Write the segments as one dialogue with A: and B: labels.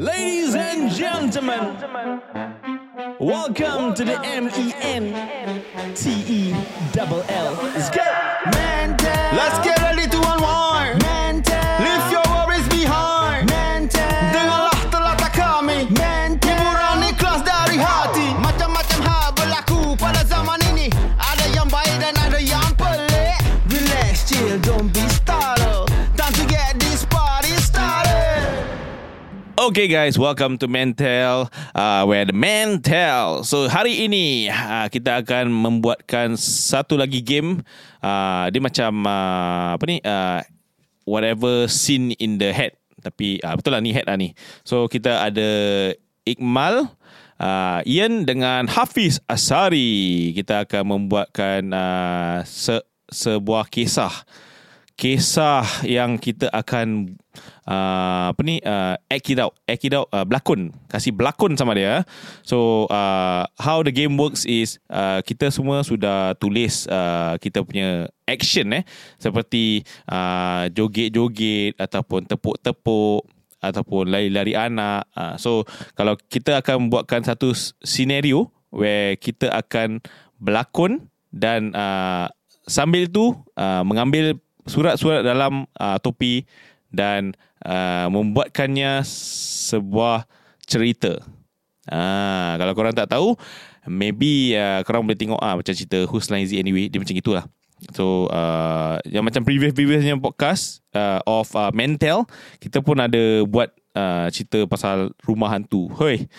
A: Ladies and gentlemen, welcome to the M E N T E double L. Let's go. Mental.
B: Let's get ready to unwind
A: Mental.
B: Leave your worries behind
A: Mental.
B: Dengarlah telatah kami Hiburan ikhlas dari hati Macam-macam hal berlaku pada zaman ini Ada yang baik dan ada yang pelik Relax, chill, don't be startled Time to get this party started
C: Okay guys, welcome to Mentel uh, Where the Mentel So hari ini uh, kita akan membuatkan satu lagi game uh, Dia macam uh, apa ni uh, Whatever scene in the head Tapi uh, betul lah ni head lah ni So kita ada Iqmal uh, Ian dengan Hafiz Asari Kita akan membuatkan uh, se- sebuah kisah kisah yang kita akan uh, apa ni uh, act it out act it out uh, berlakon kasih berlakon sama dia eh. so uh, how the game works is uh, kita semua sudah tulis uh, kita punya action eh seperti uh, joget-joget ataupun tepuk-tepuk ataupun lari-lari anak. Uh, so kalau kita akan buatkan satu s- senario where kita akan berlakon dan uh, sambil tu uh, mengambil surat-surat dalam uh, topi dan uh, membuatkannya sebuah cerita. Ah, kalau korang tak tahu, maybe uh, korang boleh tengok ah macam cerita Who's Line Is It Anyway, dia macam gitulah. So uh, yang macam previous-previousnya podcast uh, of uh, Mentel, kita pun ada buat uh, cerita pasal rumah hantu. Hoi.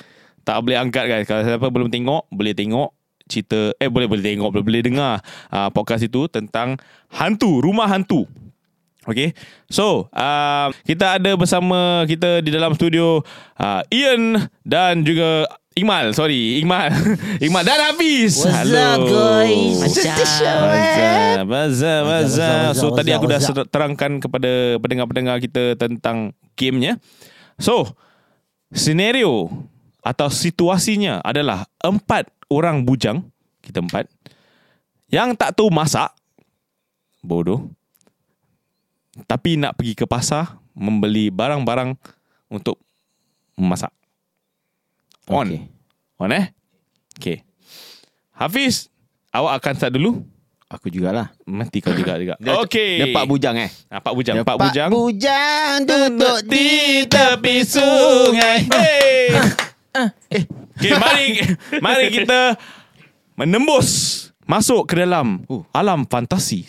C: Tak boleh angkat guys. Kalau siapa belum tengok, boleh tengok cerita eh boleh boleh tengok boleh boleh dengar uh, podcast itu tentang hantu, rumah hantu. Okay So uh, Kita ada bersama Kita di dalam studio uh, Ian Dan juga Iqmal Sorry Iqmal Iqmal dan Hafiz
D: What's up, guys? Macam
C: Bazar, bazar, bazar.
D: bazar,
C: So
D: bazar,
C: tadi aku dah
D: bazar.
C: ser- terangkan kepada pendengar-pendengar kita tentang gamenya. So, senario atau situasinya adalah empat orang bujang, kita empat, yang tak tahu masak, bodoh, tapi nak pergi ke pasar membeli barang-barang untuk memasak. On.
D: Okay.
C: On eh? Okay. Hafiz, awak akan start dulu.
D: Aku jugalah
C: Mati kau juga juga. Okey.
D: Dia pak bujang eh
C: Ah, Pak Bujang.
D: Dia
C: Pak Bujang.
D: bujang duduk di tepi sungai
C: Hey. Ah. Eh, Okay, mari mari kita menembus masuk ke dalam uh, alam fantasi.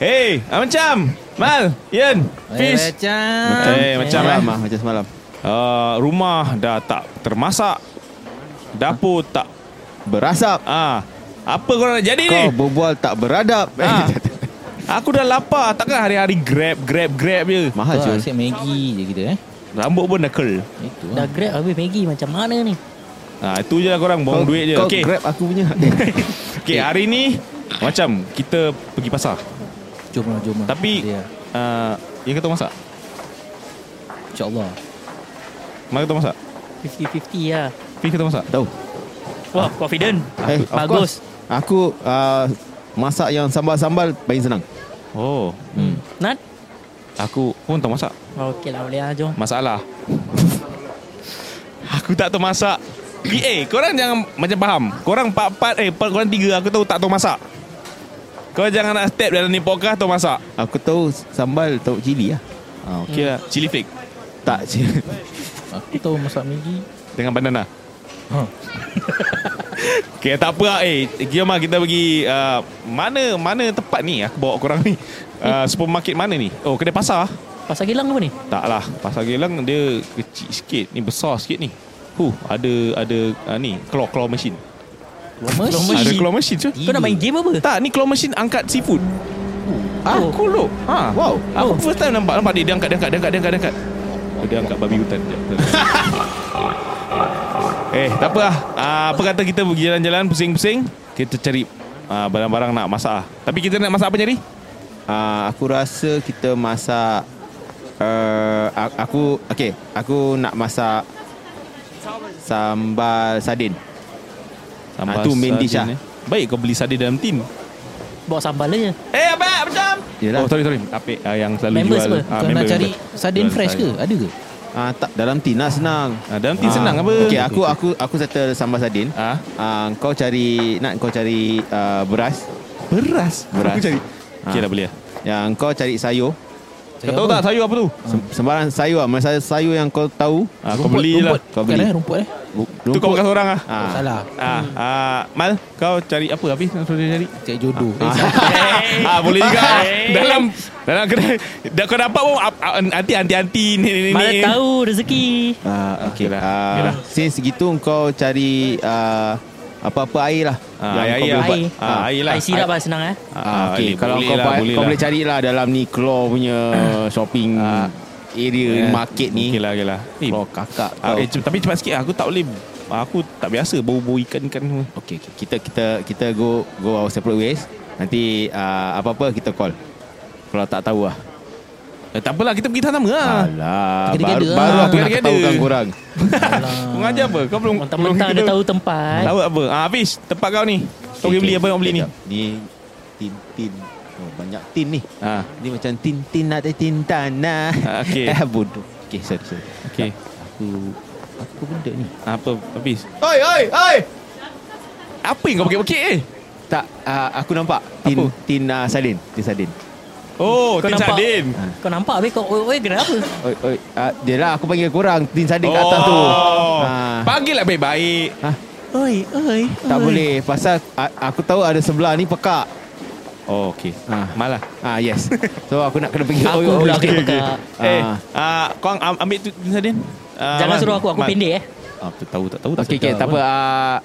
C: Hey, ah, macam Mal, Ian, Fiz.
D: Macam
C: Eh, macam
D: semalam
C: eh.
D: lah Macam semalam
C: Uh, rumah dah tak termasak. Dapur tak
D: Berasap
C: ah. Apa kau nak jadi ni?
D: Kau berbual tak beradab
C: Eh. Ah. Aku dah lapar. Takkan hari-hari grab, grab, grab je.
D: Mahal
E: Kau
D: cuy
E: asyik Maggi je kita eh
C: Rambut pun dah curl.
E: Itu
F: Dah
E: lah
F: grab habis Maggi macam mana ni?
C: Ah, itu je lah korang buang
D: Kau-
C: duit je.
D: Kau
C: Okey.
D: grab aku punya
C: Okey, hari ni macam kita pergi pasar.
E: Jom lah jom lah
C: Tapi
E: Dia.
C: uh, yang kata masak.
E: InsyaAllah
C: Mak kata masak.
F: 50-50 lah.
C: Pi kata masak.
D: Tahu
F: Wah,
C: Ah.
F: confident.
D: Eh, of
F: Bagus.
D: course. Aku ah, Masak yang sambal-sambal Paling senang
C: Oh,
E: Hmm.
F: Nat?
C: aku pun tak masak.
F: Oh, Okey lah, boleh lah. Jom.
C: Masalah. aku tak tahu masak. Eh, korang jangan macam faham. Korang empat-empat, eh, korang tiga. Aku tahu tak tahu masak. Kau jangan nak step dalam ni podcast tahu masak.
D: Aku tahu Sambal tahu cili lah ah, okay.
C: Okay lah. Chili flake.
D: Tak cili
E: Aku tahu masak Maggi
C: Dengan bandana
E: Huh.
C: Okay tak apa lah Eh jom lah kita pergi uh, Mana Mana tempat ni Aku bawa korang ni uh, Supermarket mana ni Oh kedai pasar
F: Pasar Gilang apa ni?
C: Tak lah Pasar Gelang dia Kecil sikit Ni besar sikit ni Huh Ada Ada uh, ni Claw claw machine Ada claw machine cuy
F: Kau nak main game apa?
C: tak, ni claw machine angkat seafood. Aku look. Ha.
D: Wow.
C: Aku first time nampak nampak dia, dia angkat dia angkat dia angkat dia angkat. Dia angkat, oh, dia angkat babi hutan. Dia. eh, tak apa lah. Ah, apa kata kita pergi jalan-jalan pusing-pusing, kita cari ah, barang-barang nak masak. ah. Tapi kita nak masak apa jadi?
D: Uh, aku rasa eh, kita masak uh, a- aku okey, aku nak masak Sambal sardin. Ah, tu main dish
C: sardin,
D: lah.
C: eh. Baik kau beli sardin dalam tim.
F: Bawa sambal aja.
C: Eh, abang, macam.
D: Yelah.
C: Oh, sorry, sorry. Apik ah, yang selalu
F: Members
C: jual.
F: apa?
C: Ah,
E: Kau nak
C: member,
E: cari
C: member.
E: sardin
C: Jual
E: fresh ke? Ada ke?
D: Ah tak dalam tin lah senang.
C: Ah, dalam tin senang apa?
D: Okey aku aku aku settle sambal sardin.
C: Ah.
D: Ah kau cari nak kau cari ah, beras.
C: Beras.
D: Beras.
C: Aku cari.
D: Ah.
C: Okey dah boleh.
D: Yang kau cari sayur.
C: Kau tahu tak sayur apa tu?
D: Sem- Sembarang sayur lah. Masa sayur yang kau tahu.
C: Ah, kau beli lah.
E: Rumput.
D: Kau
E: Bukan
D: beli.
E: eh, rumput eh.
C: Tu kau makan seorang ah.
E: Ah.
D: Ah.
E: Salah.
C: Ah, ah, Mal, kau cari apa habis nak suruh dia cari?
E: Cek jodoh. Eh,
C: ah, boleh juga. dalam dalam kedai dah kau dapat pun ap- ap- anti anti anti ni ni ni.
F: Mana tahu rezeki.
D: Ah,
C: Okey
D: okay.
C: lah.
D: lah.
C: Okey lah.
D: Ah, since gitu kau cari ah, apa-apa air lah.
C: Ah, air
D: yang kau
C: air
D: boleh
C: lah.
D: buat.
F: Air.
C: Ah, air lah.
F: Air sirap lah senang eh.
D: Ah, okay. Kalau
C: boleh
D: kau
C: lah,
D: buat,
C: boleh
D: kau
C: lah.
D: boleh cari lah dalam ni Claw punya shopping
C: Ah.
D: area
C: Eh,
D: market ni.
C: Okey lah, okey lah. Eh,
D: Claw kakak
C: ah,
D: kau.
C: eh, cep- tapi cepat sikit lah. aku tak boleh aku tak biasa bau-bau ikan-ikan semua.
D: Okay, okay. Kita kita kita go go our separate ways. Nanti ah, apa-apa kita call. Kalau tak tahu lah.
C: Eh, tak apalah kita pergi tanam lah.
D: Alah,
E: Together-together
D: baru,
E: lah.
D: baru aku nak
C: Together-together.
D: tahu kan korang.
C: Ah, Kau Mengajar apa? Kau belum belum
F: Mentang-mentang dia
C: kita-
F: tahu tempat.
C: Tahu apa? Ah, habis tempat kau ni. Kau pergi beli apa yang kau beli ni?
D: Ni tin tin. Oh, banyak tin ni.
C: Ah,
D: Ni macam tin tin nak tin tanah.
C: Ah, okey.
D: Eh, bodoh. Okay, sorry, sorry.
C: okey.
D: Aku apa benda ni?
C: Apa habis?
D: Oi, oi, oi.
C: Apa yang kau pakai-pakai eh?
D: Tak, uh, aku nampak tin
C: Apa?
D: tin uh, salin, tin salin.
C: Oh,
F: Kau
C: Tin
F: nampak?
C: Sadin.
F: Kau nampak habis kau oi oi kenapa?
D: Oi, oi, uh, dia lah aku panggil korang tin salin kat atas tu. Ha.
C: Panggil lah baik-baik.
F: Oi oi.
D: tak boleh pasal uh, aku tahu ada sebelah ni pekak.
C: Oh, okey.
D: Ah.
C: Malah.
D: Ah, yes. So aku nak kena pergi.
F: Apa pula kena pekak?
C: Eh,
D: Ah.
C: ah, kau am- ambil tu Tin Sadin. Ah,
F: Jangan
C: Mal.
F: suruh aku aku
C: Mal.
F: pendek eh.
C: Ah, tu tahu tak tahu tak.
D: Okey, okey, tak apa. Uh,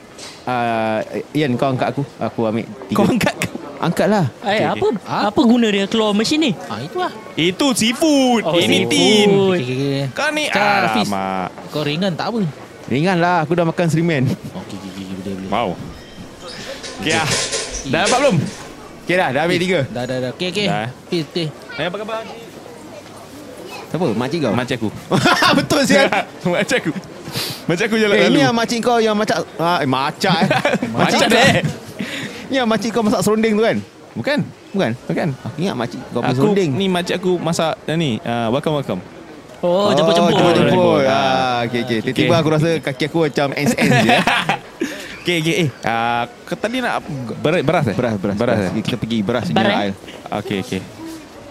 D: uh, Ian, kau angkat aku. Aku ambil tiga.
C: Kau angkat kau.
D: angkat lah.
C: okey.
F: Eh
C: Ha?
F: apa apa guna dia keluar mesin ni?
E: Ah, itu lah.
C: Itu seafood.
F: Oh,
C: Ini
F: seafood.
C: tin.
E: Okey, okey, okey.
C: Kau ni
E: Cakap, Hafiz.
C: alamak.
E: Kau ringan tak apa.
D: Ringan lah, aku dah makan serimen.
E: Okey, okey, okey, boleh, boleh.
C: Wow. Okey ah. Dah dapat belum?
D: Okey dah, dah ambil tiga.
E: Dah, dah, dah. Okey, okey.
C: Dah, eh?
E: Okey, okey.
C: Eh, apa khabar?
D: Siapa? Makcik kau?
C: Macam aku.
D: Betul sial.
C: Macam aku. Macam aku jalan
D: Eh,
C: lalu.
D: ini yang makcik kau yang macak... Ah, eh, macak eh.
C: Macam
D: kau-
C: deh.
D: Ni yang makcik kau masak serunding tu kan?
C: Bukan.
D: Bukan?
C: Bukan.
D: Aku ingat makcik kau punya
C: Aku
D: serunding.
C: ni makcik aku masak dah ni. Ah, welcome welcome.
F: Oh, jemput-jemput.
D: Oh, jemput-jemput.
C: Ah.
D: Ah, okay, okay. Tiba-tiba
C: Okey.
D: aku rasa kaki aku macam ends-ends je. eh.
C: Okey okey eh. Ah, kau tadi nak apa? beras beras eh?
D: Beras, beras.
C: Beras. eh?
D: Kita pergi beras punya
F: Beras.
D: aisle.
C: Okey okey.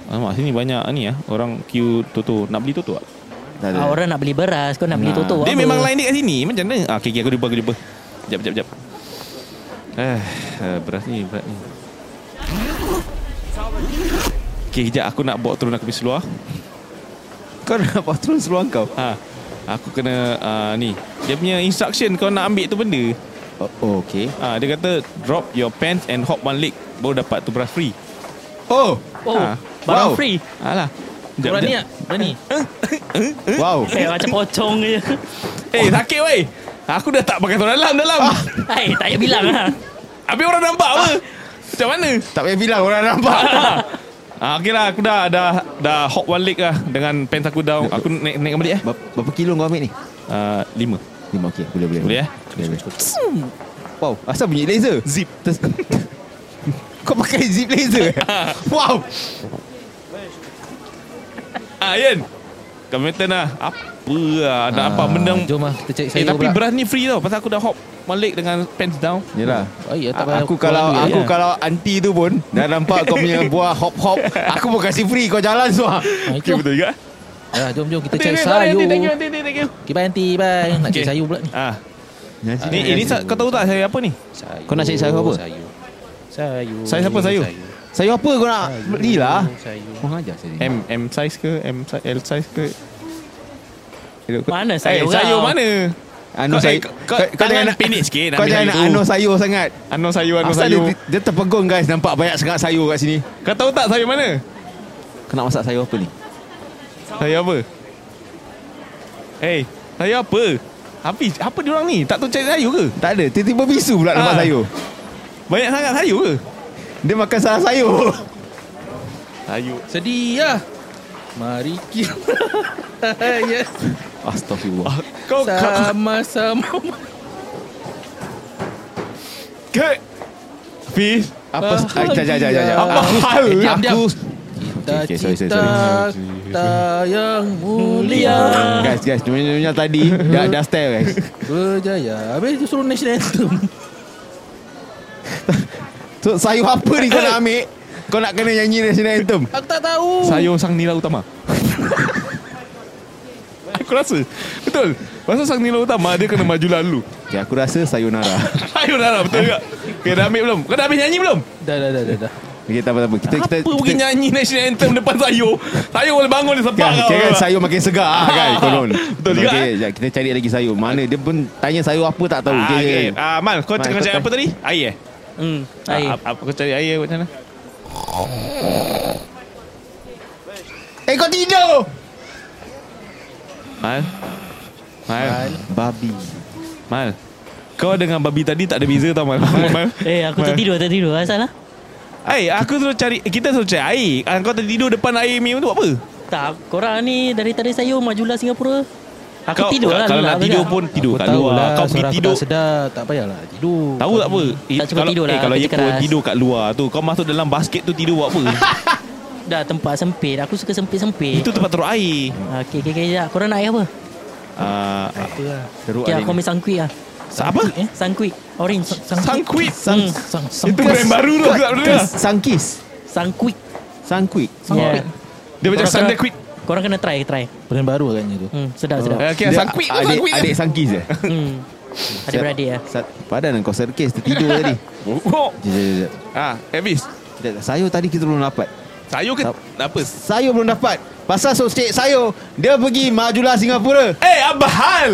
C: Alamak sini banyak ni ah orang queue Toto. Nak beli Toto tak? Ah.
D: Dah, dah,
F: Ah,
D: dah.
F: orang nak beli beras, kau nak beli
D: Nah.
F: toto.
C: Dia
F: apa?
C: memang line dia kat sini. Macam mana? Ah, okey okey aku jumpa aku jumpa. Jap jap jap. Eh, ah, beras ni berat ni. Okey, kejap aku nak bawa turun aku pergi seluar.
D: Kau nak patrol seluar kau?
C: Ha. Aku kena uh, ni. Dia punya instruction kau nak ambil tu benda.
D: Oh, oh, okay.
C: Ah, dia kata drop your pants and hop one leg baru dapat tu beras free.
D: Oh,
F: Oh,
C: Ah.
F: barang
D: Wow.
F: free.
C: Alah. Jap,
E: Berani
C: jap.
E: tak? Berani?
D: wow.
F: Eh, macam pocong je.
C: Eh, sakit weh. Aku dah tak pakai tudung dalam dalam.
F: Hai, tak payah bilang lah.
C: Habis orang nampak apa? Macam mana?
D: Tak payah bilang orang nampak.
C: Ah, okay lah, aku dah, dah, dah hop one leg lah dengan pants aku down. Aku naik, naik balik eh.
D: Ber- Berapa kilo kau ambil ni?
C: Uh, lima.
D: Lima, okey. Boleh, boleh.
C: Boleh, eh?
D: Boleh, boleh. Wow, asal bunyi laser?
C: Zip.
D: Terus Kau pakai zip laser? eh? wow.
C: Ah, Ian. Kamilton lah. Apa lah. Nak apa benda.
E: Ah, Jom lah, kita cek
C: Eh,
E: sayur
C: tapi
E: pula.
C: beras ni free tau. Pasal aku dah hop one leg dengan pants down.
D: Yalah.
E: Baik, tak payah
D: aku
E: keluar
D: kalau
E: duit,
D: aku
E: ya.
D: kalau anti tu pun dah nampak kau punya buah hop-hop, aku pun kasi free kau jalan semua.
E: Ah,
C: Okay,
E: itu
C: betul juga.
E: Dah, jom, jom. Kita
C: Nanti,
E: cek
C: nanti,
E: sayur.
C: nanti, Thank you, nanti, nanti, thank you.
E: Okey, bye, nanti. Bye. Nak cek
C: Okey.
E: sayur pula ni.
C: Ah, ni, ini sa- kau tahu tak saya apa ni?
E: Sayur,
D: Kau nak cari sayur apa?
E: Sayur. Sayur.
C: Sayur apa, sayur?
D: Sayur apa kau nak beli lah?
E: Sayur.
D: Kau ajar saya. ni.
C: M M size ke M size L size ke
F: Mana
C: eh,
F: sayur kau?
C: sayur mana Kau-
D: Anu
C: eh,
D: sayur.
C: kau- kau- tangan pendek sikit nak
D: Kau
C: ambil
D: jangan nak
C: sayur tu.
D: anu sayur sangat.
C: Ano sayur Ano
D: Asal
C: sayur
D: dia, dia terpegun guys Nampak banyak sangat sayur kat sini
C: Kau tahu tak sayur mana
D: Kau nak masak sayur apa ni?
C: Sayur apa Eh Sayur apa Habis Apa diorang ni Tak tahu cari sayur ke
D: Tak ada Tiba-tiba bisu pula nampak
C: Ah.
D: sayur
C: Banyak sangat sayur ke
D: Dia makan salah sayur
C: Sayur
E: Sedih lah. Mari kita. yes.
D: Astaghfirullah.
C: Kau kau-
E: Sama-sama
C: ke Fiz
D: Apa? Ah, jap, jap, jap, jap, jap.
C: Apa hal
E: Eh, diam, diam.
D: Aku Okay, sorry, sorry,
E: Cita-cita yang mulia
D: Guys, guys, nyonya-nyonya tadi dah dah style guys.
E: Berjaya Habis dia suruh national anthem
D: So, sayur apa ni kau nak ambil? Kau nak kena nyanyi national anthem.
E: Aku tak tahu
C: Sayur sang nila utama Aku rasa Betul Pasal sang nila utama Dia kena maju lalu
D: Okay, aku rasa sayonara.
C: Sayur dah lah betul juga Okay dah ambil belum Kau dah habis nyanyi belum
E: Dah dah dah dah dah
D: Okay, tak apa-apa. Kita, kita, kan,
C: Apa pergi
D: kita,
C: nyanyi national anthem Depan sayur Sayur boleh bangun Dia sepak
D: Kan,
C: kau
D: kira kan sayur makin segar ah, kan konon.
C: Betul juga, eh.
D: Okey, jap, kita cari lagi sayur. Mana dia pun tanya sayur apa tak tahu.
C: Ah,
D: Okey,
C: okay.
D: okey.
C: Ah, Mal, kau
D: Mal,
C: cakap
D: kau
C: cakap apa tadi? Air eh?
F: Hmm, air.
C: Ah, Apa kau cari air macam mana?
D: Eh kau tidur.
C: Mal Mal Babi Mal Kau dengan babi tadi tak ada beza tau Mal Mal
F: Eh, aku tertidur, tertidur. Asal lah.
C: Hey, aku terus cari Kita terus cari air Ah, Kau tertidur depan air mi tu buat apa?
F: Tak, korang ni dari tadi saya majulah Singapura.
C: Kau-
F: Aku tidur lah.
C: Kalau nak
F: lelap agak.
C: tidur pun tidur
E: Aku
C: kat
E: tahu
C: luar
E: lah
C: Kau pergi
E: suara aku
C: tidur
E: tak sedap Tak payahlah tidur
C: Tahu tak apa Eh,
F: Tak cukup
C: kalau-
F: tidur
C: eh,
F: lah,
C: Kalau
F: kerja
C: you pun
F: keras.
C: tidur kat luar tu Kau masuk dalam basket tu tidur buat apa?
F: Dah tempat sempit. Aku suka sempit-sempit. Ah,
C: Itu tempat teruk air
F: Okey, okey, okey. jap. Korang nak air apa?
C: Ah, Teruk
E: lah?
F: Okey,
C: air
F: aku ambil sangkuik lah.
C: Apa?
F: Eh, sangkuik. Orange. Hmm.
C: Sangkuit
D: Sang,
E: Sang sang
C: Itu brand baru tu aku tak pernah dengar.
D: sangkis.
F: Sangkuik.
D: Sangkuik.
F: Yeah.
C: Dia macam
F: Ya. Korang
C: Sunday
F: kena-
C: Quick
F: Korang kena try, try.
E: Brand baru agaknya tu
F: Hmm, sedap, sedap.
C: Eh, Okay,
D: Dia ah,
C: sangkuit tu
D: adik,
C: sangkuit dia.
D: adik sangkis eh?
F: Hmm. Ada beradik lah.
D: Sa- Padan kau serkis tertidur tadi.
C: Bogok
D: Jap, jap, jap, jap.
C: Oh. Ah, Elvis
D: Jap, jap. Sayur tadi kita belum dapat.
C: Sayur ke
D: Tak.
C: apa?
D: Sayur belum dapat. Pasal sosek sayur, dia pergi majulah Singapura.
C: Eh, apa hal?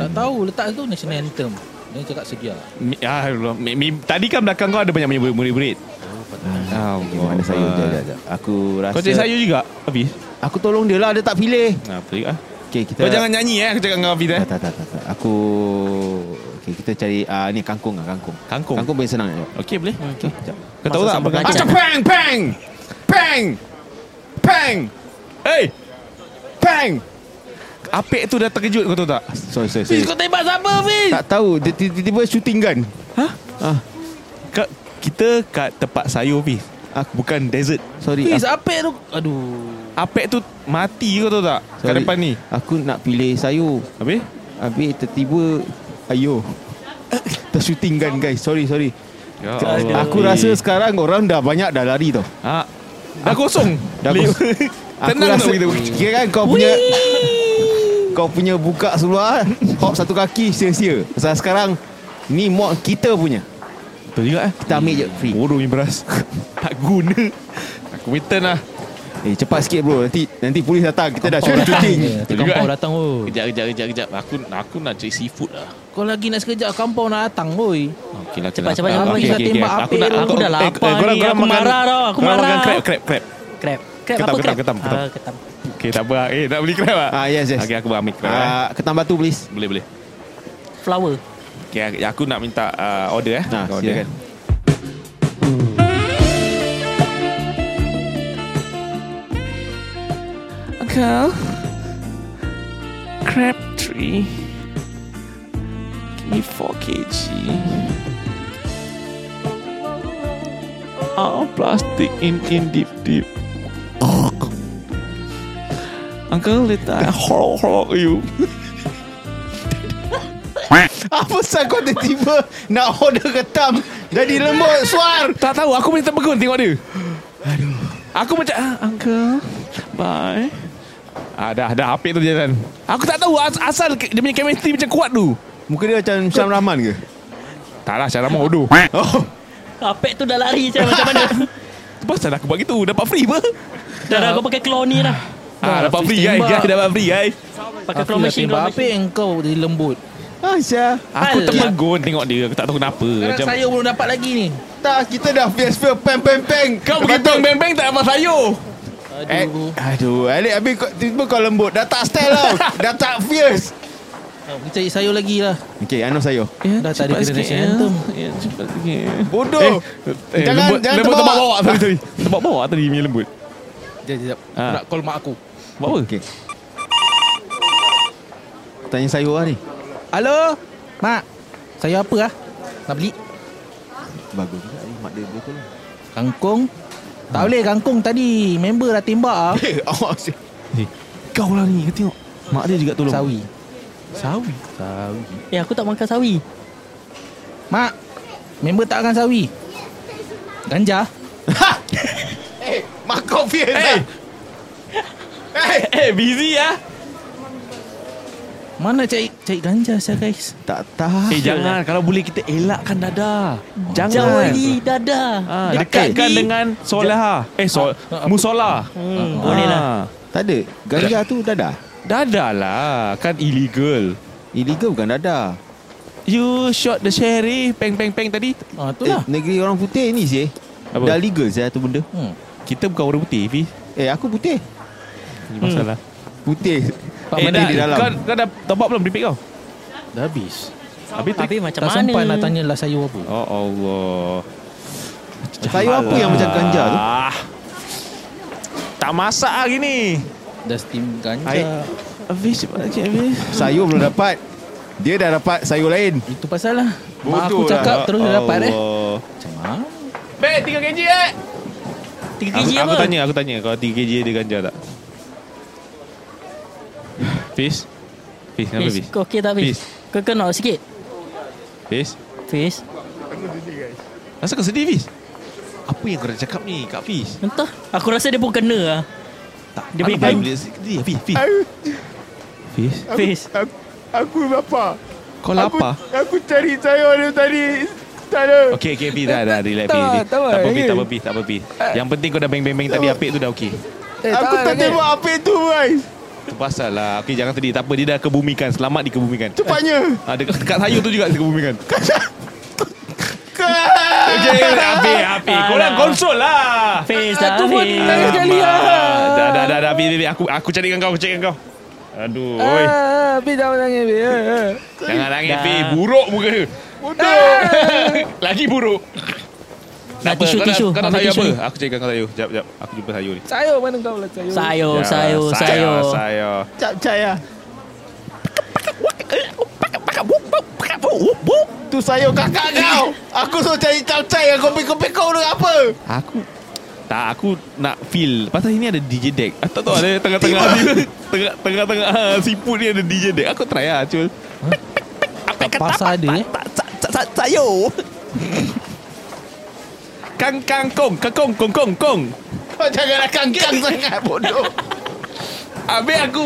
E: Tak tahu letak tu national anthem Dia cakap sedia
C: Mi, ah, Allah. mi, mi, tadi kan belakang kau ada banyak punya murid-murid.
D: Oh, okay, mana sayur? Jap, jap, jap. Aku rasa...
C: Kau cari sayur juga, Hafiz?
D: Aku tolong dia lah, dia tak pilih.
C: Nah, apa juga?
D: Okay, kita...
C: Kau jangan nyanyi eh, aku cakap dengan Hafiz eh.
D: Tak, tak, tak, tak, tak. Aku okay, kita cari ah ni kangkung ah kangkung.
C: Kangkung?
D: Kangkung boleh senang je.
C: Okey, boleh?
F: Okey.
C: Kau tahu
F: Masak
C: tak apa
F: sambal
C: kangkung?
F: kacang.
C: pang, pang! Pang! Pang! Hey! Pang! Apek tu dah terkejut kau tahu tak?
D: Sorry, sorry, sorry.
E: Kau tembak siapa Fiz?
D: Tak tahu dia tiba-tiba shooting gun.
C: Ka, Ah. kita kat tempat sayur Hafiz. Ah,
D: Aku
C: Bukan desert.
D: sorry.
E: Fiz
D: aku,
E: apa tu Aduh
C: Apek tu mati kau tahu tak? Kat
D: sorry.
C: depan ni.
D: Aku nak pilih sayur.
C: Habis?
D: Habis tiba-tiba ayo. Tershooting gun guys. Sorry, sorry.
C: Ya
D: Aku rasa sekarang orang dah banyak dah lari tau.
C: Ah, dah kosong.
D: Dah
C: Lip.
D: kosong. Aku
C: Tenang
D: rasa
C: tak kita
D: Kira kan kau punya Kau punya buka seluar Hop satu kaki sia-sia Pasal sekarang Ni mod kita punya
C: Betul juga eh.
D: Kita ambil je free
C: Bodoh ni beras. tak guna. Aku punya turn lah.
D: Eh cepat sikit bro Nanti nanti polis datang Kita dah
E: Kau
D: cuti
E: datang
D: cuti
E: je. Nanti
C: juga,
E: Kampau
C: eh.
E: datang oh.
C: Kejap, kejap, kejap, kejap. Aku aku nak cari seafood lah.
E: Kau lagi nak sekejap Kampau nak datang oi.
C: Okey lah.
F: Cepat, cepat, cepat.
E: Kita tembak
C: Aku
E: api
C: nak
E: tu.
C: aku
F: Aku dah lapar
C: korang-
F: ni.
C: korang
F: Aku
C: makan-
F: marah tau. Aku
C: korang
F: marah.
C: Makan crab, crab, crab.
F: Crab. Crab
C: Ketam,
F: apa
C: ketam,
F: crab?
C: ketam, ketam.
F: Ah, ketam.
C: Okey, tak apa. lah. Eh, nak beli crab ah?
D: Ah yes yes
C: Okey, aku ambil crab. eh.
D: Ah, Ketam batu please
C: Boleh, boleh.
F: Flower.
C: Okey, aku- aku nak minta ah, order eh.
D: Nah
C: Kau order.
D: silakan
C: Uncle. Crab tree. Give me 4 kg. Oh, plastic in, in deep, deep. Uncle, later I horror, horror you.
D: Apa sah kau tiba-tiba Nak order ketam Jadi lembut suar
C: Tak tahu, aku macam terpegun tengok dia. Aduh. Aku macam, ah, Uncle, bye. Ah, dah, dah, apik tu jalan. Aku tak tahu as- asal ke- dia punya chemistry macam kuat tu.
D: Muka dia macam Syam Rahman ke
C: Tak lah, cara mau bodoh.
D: Oh
F: Apek tu dah lari macam macam mana.
C: Tu pasal aku buat gitu, dapat free apa?
F: Dah dah kau pakai claw ni dah.
C: Ah, dapat free guys, guys, dapat free eh? guys.
F: Pakai claw
E: Aku dah
F: machine.
E: tembak
F: claw
E: apa
F: machine.
E: Engkau jadi lembut
D: Aisyah
C: Aku
E: Alah.
C: terpegun tengok dia, aku tak tahu kenapa.
E: Sekarang
C: Macam
E: saya belum dapat lagi ni
D: Tak kita dah fierce Peng peng peng
C: kau begitu beng-beng tak apa sayur.
D: Eh,
E: Aduh
D: aduh, Alik habis kau, tiba kau lembut. Dah tak style tau. dah tak fierce.
E: Kita cari sayur lagi lah
D: Okay, Anos sayur.
E: Dah tak ada kena national anthem
C: Ya, cepat sikit.
D: Bodoh.
C: Eh, eh,
D: jangan,
C: lembut,
D: jangan
C: lembut tempat
D: terbawa.
C: bawa tadi tadi. Tempat bawa tadi punya lembut.
E: Ha. Sekejap, sekejap.
C: Ah.
E: Nak call mak aku
C: Buat apa?
D: Okey. Tanya sayur lah ni
E: Halo? Mak, saya apa ah? Nak beli?
D: Bagus juga ni Mak dia betul lah
E: Kangkung? Tak boleh kangkung tadi. Member dah tembak ah.
D: Awak si- Eh, Kau lah ni Kau tengok Mak dia juga tolong
E: Sawi. Sawi? Sawi.
F: Eh aku tak makan sawi
E: Mak, member tak akan sawi. Ganja?
D: Eh Mak kau fierce
C: Eh.
D: lah
C: Eh,
D: Eh
C: busy ah.
E: Mana cari cari ganja saya guys?
D: Tak tahu
C: Eh, jangan. Kalau boleh kita elakkan dada. Jangan.
F: Jawali dada
C: kan? Ah,
D: Dekat
C: dekatkan dengan soleha. Eh, sol musola.
F: Hmm, Boleh lah
D: Tak ada Ganja tu dadah
C: Dada lah. Kan illegal.
D: Illegal bukan dadah
C: You shot the sheriff Peng peng peng tadi
E: Ah tu
D: Eh,
E: lah.
D: negeri orang putih ni sih
C: Apa?
D: Dah legal saya tu benda
E: Hmm.
C: Kita bukan orang putih Fi
D: Eh aku putih
C: Ini masalah
D: Putih
E: Pak
D: Eh,
E: Menteri
D: dah- di dalam.
C: Kau, kau Hmm. Eh, dah top up belum Repeat kau
E: Dah habis.
C: Habis tu
F: Tapi macam
E: tak
F: mana
E: sempat nak tanya lah sayur apa.
D: Ya
C: Oh Allah
D: Sayur apa yang macam ganja tu
C: ah. Tak masak lah lagi ni
E: Dah steam ganja.
C: Air. Habis okay, habis.
D: Sayur belum dapat Dia dah dapat sayur lain
E: Itu pasal lah. Mak aku cakap terus dah dapat eh. Macam mana?
C: Bet 3 kg eh
F: 3 kg
C: Aku,
F: apa
C: aku tanya Aku tanya Kalau 3 kg dia ganja tak Fish Fish kenapa
F: Fiz,
C: Fish
F: Kau okey tak Fiz?
C: Fiz.
F: Kau kena sikit
C: Fish
F: Fiz
C: Rasa kau sedih Fish Apa yang kau nak cakap ni Kak Fish
F: Entah Aku rasa dia pun kena lah
C: Tak
F: Dia punya
C: apa
F: ganja-
C: boleh sedih Fish Fish Fish
F: Fiz
G: Aku, aku lapar.
C: Kau lapar
G: Aku cari sayur dia tadi. Tak ada.
C: Okey okey Fish dah dah relax Fish
E: Tak,
C: Tak
E: tak apa,
C: apa Fish tak
E: okey.
C: apa Fish tak apa Fish Yang penting kau dah beng-beng-beng tadi Apik tu dah okey
E: Eh,
G: aku
E: tahan
G: tak
E: lagi.
G: tembak api tu, guys.
C: Tu pasal lah Okey jangan sedih Tak apa dia dah kebumikan Selamat dikebumikan
G: Cepatnya.
C: Ah, dekat, dekat sayur tu juga dikebumikan
G: Kau-
C: Okey Apik Apik Kau
F: Alah.
C: orang konsol lah
F: Fiz lah
E: Aku pun
F: Fiz
E: tanya sekali lah.
C: Alamak. Dah dah dah dah Bi, bi, bi. aku aku cari dengan kau, aku cari dengan kau. Aduh, oi.
E: Ah, Fiz dah menangis. Fiz. Ah, ah.
C: Jangan nangis
F: Dah.
C: Bi, buruk muka dia. Bodoh. Lagi buruk.
F: Dah
C: Apa,
F: tisu
C: kau nak-
F: tisu
C: Kau nak
F: Ambil
C: sayur
F: tisu
C: apa?
F: ni.
C: Aku cari dengan kau sayur. Jap jap, aku jumpa sayur ni.
E: Sayur mana kau lah sayur?
F: Sayur
C: Ya,
F: Sayur Sayur
C: Sayur.
D: Capcay lah Tu sayur kakak kau Aku suruh cari capcay Kau kopi-kopi kau dengan apa
C: Aku tak aku nak feel Pasal ini ada DJ deck Aku tak tahu ada tengah-tengah tengah- Tengah-tengah ah, Siput ni ada DJ deck Aku try lah Cul
E: Kat pasar ada eh.
C: Sayur Kang kang kong Kang kong kong kong kong
D: Kau janganlah kangkang sangat bodoh
C: Habis aku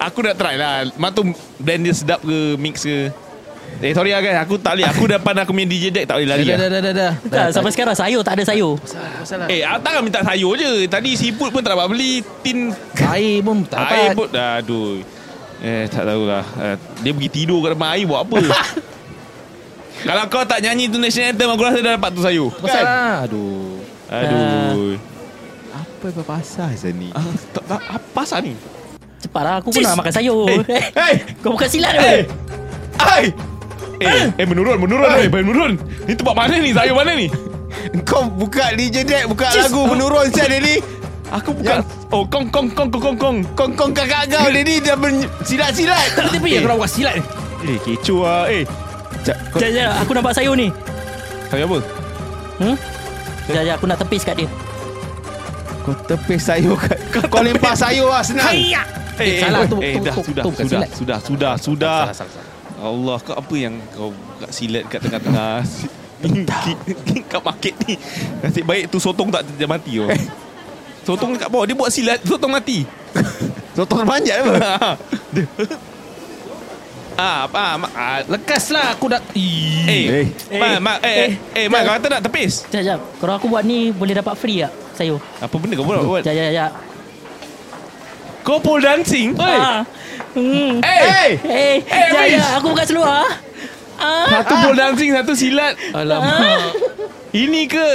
C: Aku nak try lah Mak tu blend dia sedap ke Mix ke Eh sorry lah guys Aku tak boleh Aku depan aku punya DJ deck Tak boleh lari
E: Dah,
C: lah
E: dah, dah, dah, dah.
F: Tak, sampai sekarang sayur tak ada sayur.
C: Eh aku takkan minta sayur je Tadi siput pun tak dapat beli Tin
E: Air pun tak dapat.
C: Air pun Aduh Eh tak tahulah Eh, Dia pergi tidur kat depan air Buat apa Kalau kau tak nyanyi tu national anthem Aku rasa dah dapat tu sayur
E: Pasal
F: kan?
E: lah. Aduh.
C: Aduh
D: Apa yang pasal Zan ni
C: ah, tak, tak, Apa asal ni
F: Cepatlah lah, aku pun nak makan sayur.
C: Eh, hey.
F: Kau bukan silat ke?
C: Hai Eh, eh menurun, menurun, eh, menurun. Ni tempat mana ni? Sayur mana ni?
D: Kau buka DJ Jack Buka lagu menurun Zan dia ni
C: Aku bukan. Oh, kong, kong, kong, kong, kong, kong.
D: Kongkong kakak kau Dia ni dah men- silat-silat
E: Tiba-tiba yang lah, kau buat silat ni.
C: Eh, kecoh lah. Eh,
F: Jap, jap. Aku nampak sayur ni.
C: sayur apa?
F: Hmm? Jap, jap. Aku nak tepis kat dia.
D: Kau tepis sayur kat Kau lempar sayur lah senang
C: Eh, eh, eh,
E: salah, tu,
C: eh,
E: tu,
C: dah,
E: tu,
C: sudah,
E: tu bukan
C: sudah,
E: silat.
C: sudah, sudah, sudah. Allah, kau apa yang kau kat silat kat tengah-tengah si- kat market ni. Nasib baik tu sotong tak dia mati kau. Sotong kat bawah dia buat silat sotong mati.
D: Sotong panjat apa
C: Dia- Ah, apa? Ah, mak- ah,
E: Lekaslah aku dah. Ih.
C: eh,
D: Eh.
C: mak, mak, eh, eh, eh, mak, kau kata nak tepis.
F: Jap, jap. Kalau aku buat ni, boleh dapat free tak sayur?
C: Apa benda kau buat? buat?
F: Jap, jap, jap.
C: Kau pole dancing?
F: Ah. Hmm.
C: Eh,
F: Eh, jap,
C: Fiz.
F: jap. Aku bukan seluar. Ah.
C: satu pole dancing, satu silat.
E: Alamak.
C: Ini ke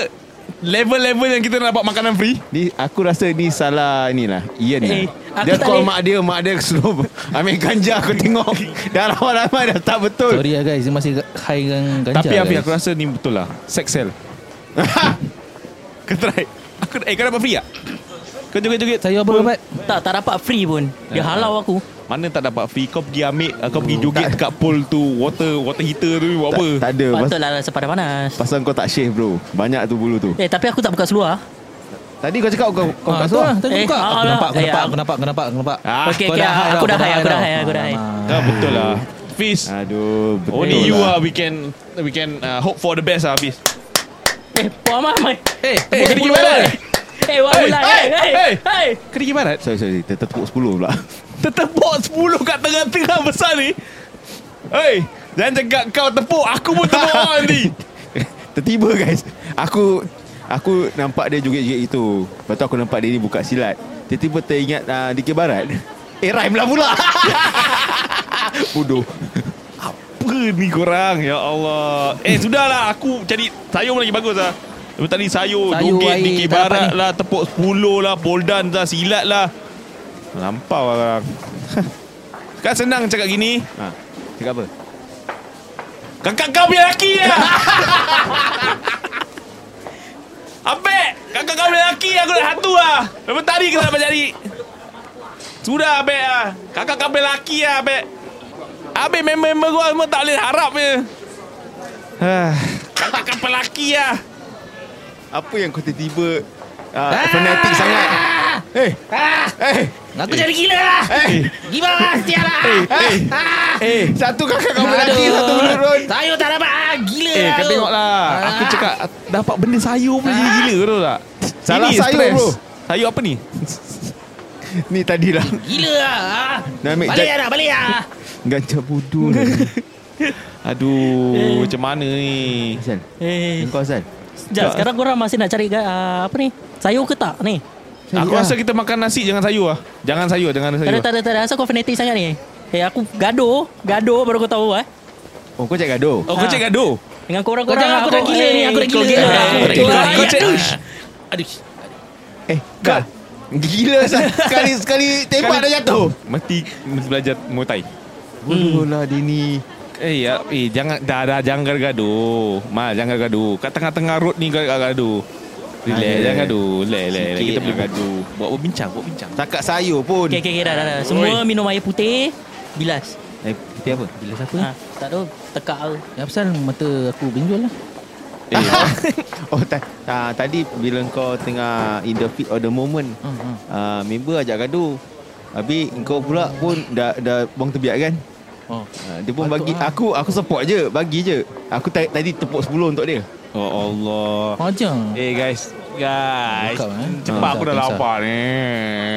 C: level-level yang kita nak dapat makanan free?
D: Ni aku rasa ni salah inilah Ian
F: Eh,
D: eh,
F: aku
D: Dia
F: tak
D: call
F: boleh-
D: mak dia Mak dia slow Ambil ganja aku tengok Dah lama-lama dah tak betul
E: Sorry lah guys, dia masih high dengan ganja.
C: Tapi Afi
E: guys.
C: aku rasa ni betul lah Sex sell Kau try aku, Eh kau dapat free tak? Kau joget-joget
E: Saya apa dapat?
F: Tak, tak dapat free pun. Dia
C: Ah.
F: halau aku.
C: Mana tak dapat free Kau pergi ambil ah, Kau pergi joget dekat pool tu Water water heater tu Buat apa
D: Tak, tak ada Pas,
F: Patutlah rasa pada panas.
D: Pasal kau tak shave bro Banyak tu bulu tu
F: Eh, tapi aku tak buka seluar.
D: Tadi kau cakap kau Kau
E: Kau
D: kat
E: tak
D: suar
E: suruh. Tadi
F: Eh,
E: buka.
F: ah,
E: Aku
F: lah.
E: nampak, aku
F: Eh,
E: nampak,
F: ah.
E: aku nampak, aku nampak, aku nampak.
C: Ah,
F: Okey, okey.
E: high
F: Aku
E: tau,
F: dah
E: kau
F: high, aku dah
E: tau.
F: high, aku dah high.
E: Alamak.
C: Kau betul lah Fiz
D: Aduh
E: Ah,
D: betul
C: Only you
D: lah.
C: lah We can We can uh, hope for the best lah Fiz
F: Eh, Puan Mahmat.
C: Eh,
E: Eh,
C: kena pergi
F: Pukul
C: barat.
F: Eh, Eh, wah
C: Hey,
F: bulan.
C: hey,
F: Hey,
C: hey.
F: hey, hey.
C: Kena pergi barat
D: Sorry sorry ter- Tertepuk 10 pula
C: Tertepuk 10 kat tengah-tengah besar ni Hei Jangan cakap kau tepuk Aku pun tepuk orang nanti
D: Tertiba guys Aku Aku nampak dia joget-joget gitu Lepas tu aku nampak dia ni buka silat Tiba-tiba teringat uh, DK Barat Eh rhyme lah pula Bodoh
C: Apa ni korang Ya Allah Eh sudahlah Aku cari sayur lagi bagus lah Lepas tadi sayur,
E: Sayur,
C: joget,
E: air,
C: dikit
E: tak dapat
C: barat
E: ni.
C: lah Tepuk 10 lah Poldan lah Silat lah Lampau lah korang Kan senang cakap gini
D: ha, Cakap apa?
C: Kakak kau punya lelaki lah Abek Kakak kau punya lelaki Aku nak satu lah Lepas tadi kena dapat cari Sudah Abek lah Kakak kau punya lelaki lah Abek Abek member-member gua semua tak boleh harap je Ah, Kakak kau punya lelaki lah
D: Apa yang kau tiba-tiba uh,
C: Ah!
D: Fanatik sangat Eh
F: Ah,
D: Eh
E: Aku jadi gila lah.
D: Eh
E: Gila lah, setia lah.
C: Ah!
D: Eh
F: Ah.
D: Eh Satu kakak kau berlaki Satu menurun
E: Sayur tak dapat. ah, Gila
C: Eh kau
E: tu.
C: tengok lah Aku
E: Ah.
C: cakap Dapat benda sayur pun jadi gila Kau tahu tak
D: Salah
C: Ini
D: sayur,
C: stress.
D: bro.
C: Sayur apa ni
D: Ni tadi lah
E: Gila lah. ah.
D: Nak ambil
E: Balik
D: jad-
E: lah, nak balik lah.
D: Ganja bodoh lah
E: Eh.
C: Aduh Macam mana ni
D: Hasan
F: Eh,
D: Kau Hasan
F: sekejap. Sekarang korang masih nak cari ah, apa ni? Sayur ke tak ni?
E: Eh,
C: Aku
E: ya.
C: rasa kita makan nasi Jangan sayur lah Jangan sayur Jangan ada
F: Tak ada,
C: sayur
F: tak ada, tak ada. Asal kau fanatik sangat ni? Eh, aku gaduh. Gaduh baru kau tahu eh.
D: Oh kau cakap gaduh
C: Oh kau
F: Ah.
C: cakap gaduh Ha.
F: Dengan korang-korang
E: Kau jangan, aku dah gila ni, aku dah
F: kau
E: gila.
F: gila lah,
E: Eh,
F: aku dah
E: kau
F: gila.
E: jangan,
C: Kau
E: Ya,
C: cakap
E: aduh. Aduh.
D: Eh Kau Gila Hasan Sekali Sekali
E: Eh,
D: Tempat dah jatuh
C: Mesti mesti belajar Muay Thai Hmm.
D: Bodoh lah dia ni
C: Eh, ya, eh jangan dah dah jangan gaduh. Ma jangan gaduh. Kat tengah-tengah road ni kau gaduh. Relax,
D: Ah,
C: jangan
D: relax.
C: gaduh. Relax, relax.
D: Sikit
C: Eh, Kita boleh
D: lah
C: gaduh. Buat berbincang, buat bincang.
D: Takat sayur pun
F: Okey, okey, okey, dah, dah, dah. Semua
C: Oi.
F: minum air putih. Bilas.
D: Eh kita apa?
E: Gila siapa?
F: Ha, tak tahu. Tekak aku.
E: Ya, pasal mata aku benjol lah.
C: Eh,
D: Oh ta- ta- tadi bila kau tengah in the fit of the moment
F: Ah,
E: Hmm, hmm.
D: uh, Member ajak gaduh Habis kau pula pun dah, dah buang tebiat kan
F: ah.
E: Oh.
D: uh, Dia pun
E: Patut
D: bagi
E: lah.
D: Aku aku support je Bagi je Aku ta- tadi tepuk 10 untuk dia
C: oh Allah.
E: Macam.
C: Eh guys, guys.
E: Buka, eh.
C: Cepat
E: Ah,
C: aku dah
E: tak
C: lapar ni.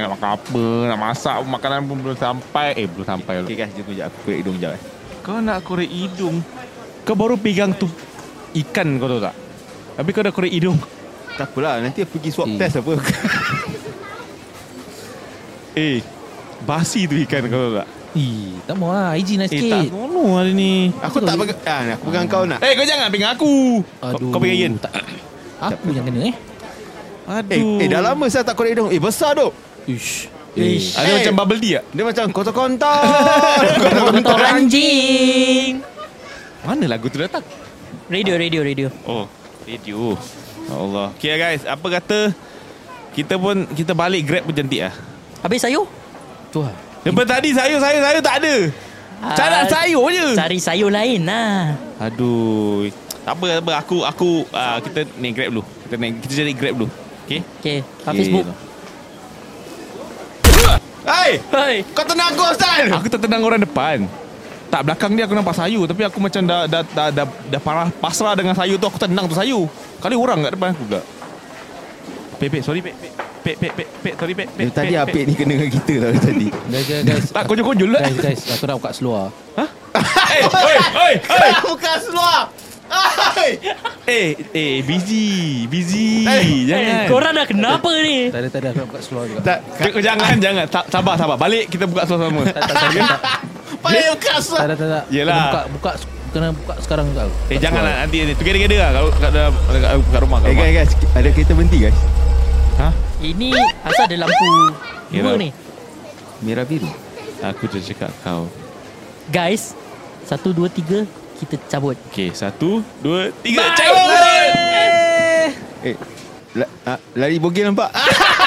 C: Nak makan apa? Nak masak pun makanan pun belum sampai. Eh, belum sampai.
D: Okay guys jom kejap Aku korek hidung kejap eh.
C: Kau nak korek hidung. Kau baru pegang tu ikan kau tahu tak? Tapi kau dah korek hidung.
D: Tak apalah Nanti aku pergi swab
E: Eh.
D: test apa
C: Eh, basi tu ikan kau tahu tak?
E: Eh, tak mau lah. IG nak
C: Eh, tak
E: sikit.
C: ngono hari ni.
D: Aku tak pegang ah, Aku pegang kau nak
C: Eh kau jangan pegang aku
E: Aduh.
C: Kau, kau pegang Ian
E: tak. Aku yang kena eh.
D: Eh, eh dah lama saya tak korek hidung Eh besar dok
E: Ish.
C: Ada
D: Eh.
C: macam bubble tea tak?
D: Dia macam kotor-kotor
F: Kotor anjing.
C: Mana lagu tu datang?
F: Radio, radio, radio.
C: Oh Radio Allah Okay lah, guys Apa kata Kita pun Kita balik grab pun cantik lah
F: Habis sayur?
E: Tu lah.
C: Lepas tadi sayur sayur sayur tak ada Cara nak
F: Ah,
C: sayur je
F: Cari sayur lain lah.
C: Aduh Tak apa, tak apa. Aku aku ah, Kita naik grab dulu Kita naik Kita cari grab dulu Okay
F: Okay, kat Facebook.
D: Hai
F: Hai.
D: Kau tenang aku Ustaz
C: Aku tertenang orang depan tak belakang dia aku nampak sayur tapi aku macam dah dah dah dah, dah parah pasrah dengan sayur tu aku tenang tu sayur. Kali orang kat depan aku pula. Pek pek sorry pek pek pek pek pek pek sorry pek pek.
D: Dia Eh, tadi
C: pek,
D: apik ni kena dengan kita tau dia tadi
E: Guys, guys, guys.
C: pek. Tak konyol-konyol lah.
E: Guys, guys. Aku nak buka ah. seluar.
C: Eh, oi, oi, oi.
D: Bukan seluar Hai
C: Eh, eh busy, busy.
F: Eh,
C: Jangan.
F: korang dah kenapa ni?
E: Tak ada, tak ada. Aku nak buka seluar juga.
D: Tak
C: Jangan, jangan, jangan. Ta- Sabar, sabar. Balik kita buka sama-sama.
E: Tak, tak, tak, tak, tak.
D: Paling bukan
E: Tak
D: seluar
E: ada, tak ada.
C: Yelah.
E: Kena Buka, buka, kena buka sekarang juga. aku.
C: Eh,
E: Buka
C: janganlah
E: seluar.
C: nanti together-together lah kalau kat dalam kat, kat rumah kat
D: Eh
C: rumah.
D: guys guys Ada kereta berhenti guys
F: Ini asal ada lampu
E: Ya,
C: Yelah.
F: dua ni.
D: Merah biru
C: Aku dah cakap kau.
F: Guys, satu, dua, tiga, kita cabut.
C: Okey, satu, dua, tiga. Cabut!
D: Eh la- ah, Lari bogey nampak Ah,